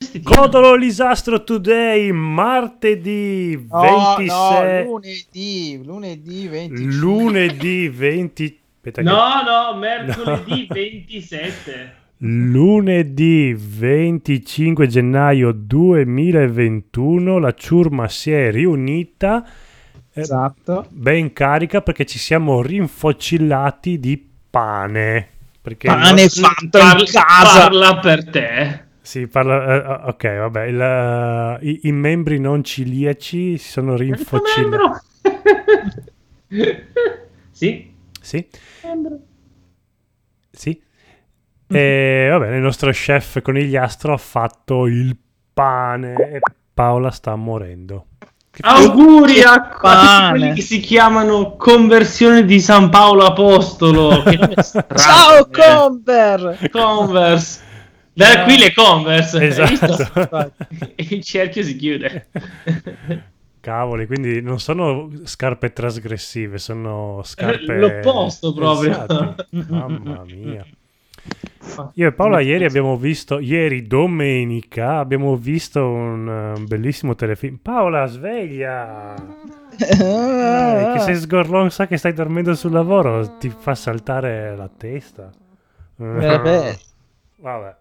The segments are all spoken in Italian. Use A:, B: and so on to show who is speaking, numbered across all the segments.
A: vestitino.
B: Codolo Lisastro Today, martedì
C: No,
B: 26.
C: no, lunedì, lunedì 25.
B: lunedì 20. aspetta che-
A: No, no, mercoledì 27.
B: Lunedì 25 gennaio 2021 la ciurma si è riunita eh,
C: Esatto.
B: ben carica perché ci siamo rinfocillati di pane. Perché
C: Pane fatto Ah, in casa.
A: Parla per te.
B: Sì, parla- eh, ok, vabbè, il- eh, i, i membri non ciliaci si sono rinfocillati.
A: sì.
B: Sì, sì. E vabbè, il nostro chef conigliastro ha fatto il pane e Paola sta morendo. Che
A: Ah, Auguri a
C: Che
A: a
C: pane.
A: tutti quelli che si chiamano Conversione di San Paolo Apostolo. Che nome strano.
C: Ciao
A: Eh,
C: Comber!
A: Converse. Da
C: Ciao.
A: qui le Converse. hai visto?
B: Esatto.
A: Il cerchio si chiude.
B: Cavoli, quindi non sono scarpe trasgressive, sono scarpe...
A: l'opposto proprio.
B: Esatto. Mamma mia. Io e Paola ieri abbiamo visto, ieri domenica, abbiamo visto un, eh, un bellissimo telefilm. Paola, sveglia!
C: Eh,
B: Dai, Eh, che sei sgorlon, sa che stai dormendo sul lavoro, ti fa saltare la testa. Eh,
C: Vabbè.
B: Vabbè.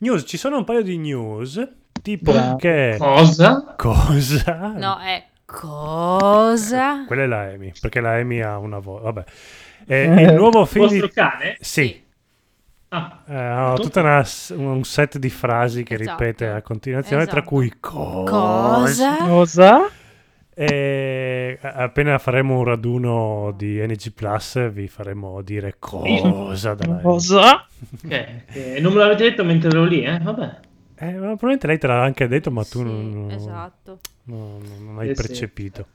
B: News, ci sono un paio di news, tipo
C: Bravo.
B: che...
A: Oh. Cosa?
B: Cosa?
D: No, ah. è cosa?
B: Quella è la Amy, perché la Amy ha una voce. Vabbè. Eh, il nuovo
A: Il
B: film di...
A: vostro cane?
B: Sì,
A: Ah,
B: eh, ho tutta una s- un set di frasi che
D: Esatto.
B: ripete a continuazione, tra
D: Esatto.
B: cui co-
D: Cosa?
C: Cosa?
B: E a- appena faremo un raduno di NG Plus vi faremo dire cosa. dalla Amy.
C: Cosa?
A: ok. Eh, non me l'avete detto mentre ero lì, eh? Vabbè.
B: Eh, ma probabilmente lei te l'ha anche detto, ma tu
D: Sì,
B: non,
D: Esatto.
B: non- non- non hai
A: Eh sì.
B: percepito.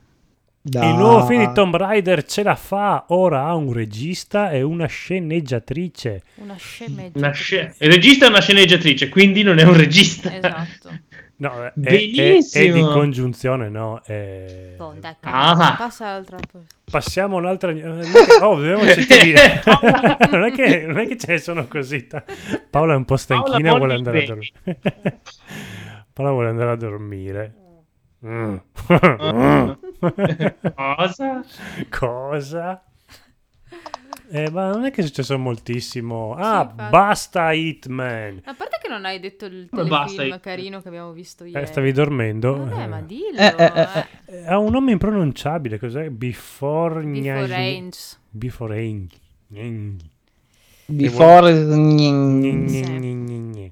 C: Dai.
B: Il nuovo film di Tomb Raider ce la fa, ora ha un regista e una sceneggiatrice.
D: Una sceneggiatrica.
A: Una sce- Il regista è una sceneggiatrice, quindi non è un regista.
D: Esatto.
B: No, è- è,
A: Benissimo.
B: è di congiunzione, no? è-
D: Poi, Boh, dai,
A: Ah.
D: Passa l'altra cosa.
B: Passiamo a un'altra... eh, non è che- Oh, dobbiamo scegliere. non, è che, non è che ce ne sono così. ta- Paola è un po' stanchina e
A: Paola,
B: vuole
A: molli
B: andare a
A: i
B: dormire. Paola vuole andare a dormire. Mm.
A: Mm. Cosa?
B: Cosa? Eh, ma non è che è successo moltissimo. Ah,
D: infatti.
B: basta Hitman.
D: A parte che non hai detto il
A: Come basta,
D: telefilm
A: io-
D: carino che abbiamo visto ieri.
B: Eh, stavi dormendo?
D: Vabbè, ma
B: Eh.
D: dillo.
C: Eh, eh, eh,
D: eh.
B: Eh, Ha un nome impronunciabile, cos'è? Before...
D: Before
B: Gnagi-
D: Range.
B: Before Eng- Eng-
C: Before...
B: Gne,
D: Sì.
B: gne, gne, gne.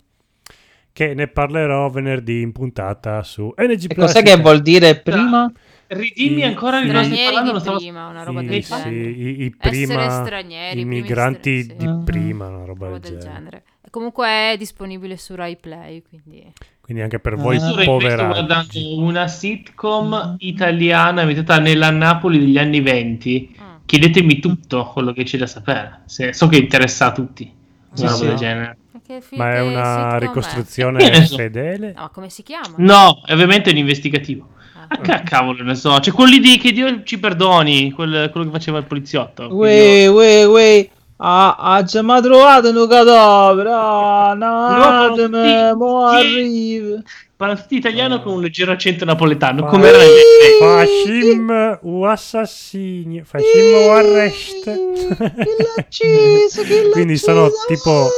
B: Che ne parlerò venerdì in puntata su NG
C: E
B: Plus.
C: cos'è che vuol dire prima?
A: Ridimmi
B: I-
A: ancora
B: i-
A: il nostro
D: Stranieri
A: parlando,
D: di
A: lo stavo-
D: prima, una roba
B: Sì,
D: del
B: sì,
D: genere.
B: i, i
D: Essere
B: prima
D: stranieri,
B: i
D: primi
B: migranti
D: stranieri,
B: di
D: sì.
C: Ah.
B: prima, una roba
D: roba
B: del
D: del
B: genere.
D: genere. Comunque è disponibile su Rai Play, quindi
B: Quindi anche
A: Eh.
B: per voi
C: Ah. Io
A: Io sto
B: poveraggi.
A: guardando una sitcom italiana ambientata nella Napoli degli anni 20.
D: Ah.
A: Chiedetemi tutto quello che c'è da sapere. se- so che interessa a tutti.
B: Sì,
A: Una roba
B: sì.
A: del genere.
D: Perché fi-
B: Ma è
D: che sitcom
B: una
D: è?
A: Che ne
B: ricostruzione
A: so.
B: fedele?
D: No, ma come si chiama?
A: No, è ovviamente un investigativo.
D: Ah.
A: Ah, ca- cavolo, ne so. C'è quelli di che Dio ci perdoni, quel- quello che faceva il poliziotto.
C: Uè, uè, uè. Ah, ah, già mi ha trovato un cadavere. Ah, no,
A: No,
C: me,
A: sì,
C: mo
A: sì.
C: arrivo.
A: Parla tutti italiano
B: Ah.
A: con un leggero accento napoletano.
B: Ah.
A: Come era nel-
B: Fascim o assassini, fascim o arrest. Quindi sono tipo-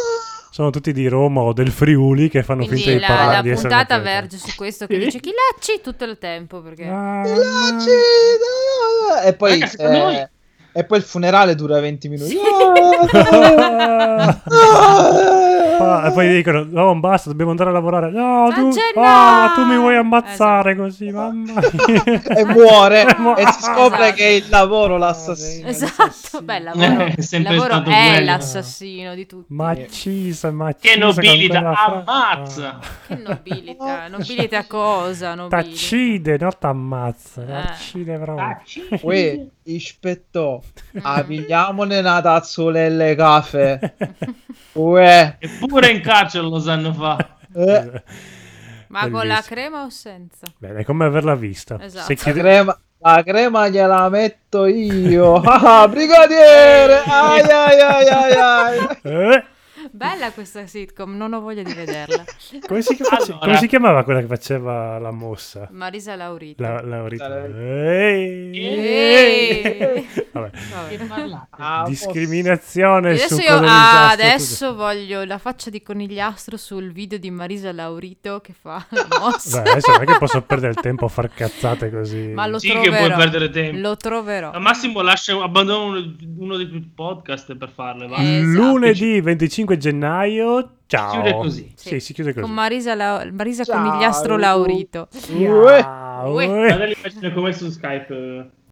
B: Sono tutti di Roma o del Friuli che fanno finta
D: Quindi
B: di
D: la,
B: parlare
D: la
B: di essere
D: puntata
B: napoletani.
D: verge su questo che dice chi lacci tutto il tempo perché
B: Ah,
C: E poi,
A: Raga, secondo
C: eh,
A: voi-
C: e poi il funerale dura 20 minuti.
D: Sì.
B: Ah. Ah, e poi dicono: No, basta, dobbiamo andare a lavorare. No, tu,
D: Angela!
B: ah, tu
D: Eh,
B: mi vuoi ammazzare così, mamma mia.
C: e muore
B: muore.
C: e si scopre
D: Eh, Esatto.
C: che è il lavoro l'assassino.
D: esatto beh il lavoro,
A: Eh, è
D: il
A: sempre
D: lavoro è
A: stato quello.
D: l'assassino di tutti
B: Maccisa, maccisa.
A: Che nobilita,
B: con quella fra-
A: ammazza.
B: Ah.
D: che nobilita nobilita cosa nobilita
B: T'accide, no t'ammazza.
D: Eh.
B: T'accide proprio.
C: Uè, ispettò,
A: Ah,
C: avigliamone una tazzolella di caffè. Uè,
A: Eppure in carcere lo sanno fa.
C: eh,
D: ma con
B: Bellissimo.
D: la crema o senza
B: Bene, è come averla vista.
D: Esatto.
B: Se
C: la
B: chiede-
C: crema, la crema gliela metto ah, io. Ah, brigadiere! Ai ai ai ai ai.
B: Eh?
D: Bella questa sitcom, non ho voglia di vederla.
B: Come si, chiama-
A: Allora.
B: come si chiamava quella che faceva la mossa?
D: Marisa Laurita.
B: La, Laurita.
C: Laurita.
B: Ehi!
D: Ehi!
B: Vabbè.
D: Vabbè.
C: Ah,
B: Discriminazione
D: Adesso
B: su
D: io
B: cose
D: ah,
B: disastro,
D: adesso voglio la faccia di conigliastro sul video di Marisa Laurito che fa la mossa.
B: tutto. Beh, adesso non è che posso perdere il tempo a far cazzate così.
D: Ma lo
A: Sì che
D: troverò.
A: puoi perdere tempo.
D: Lo troverò.
A: Al massimo lascia, abbandono uno, uno dei tuoi podcast per farle, va.
D: Eh, esatto.
B: Lunedì 25 gennaio. Ciao.
A: Si chiude così.
B: Sì,
D: Sì.
B: si chiude così.
D: Con Marisa, Lau- Marisa
C: Ciao.
D: Conigliastro Laurito.
B: Ciao.
A: Guarda lì, facile come su Skype. eh.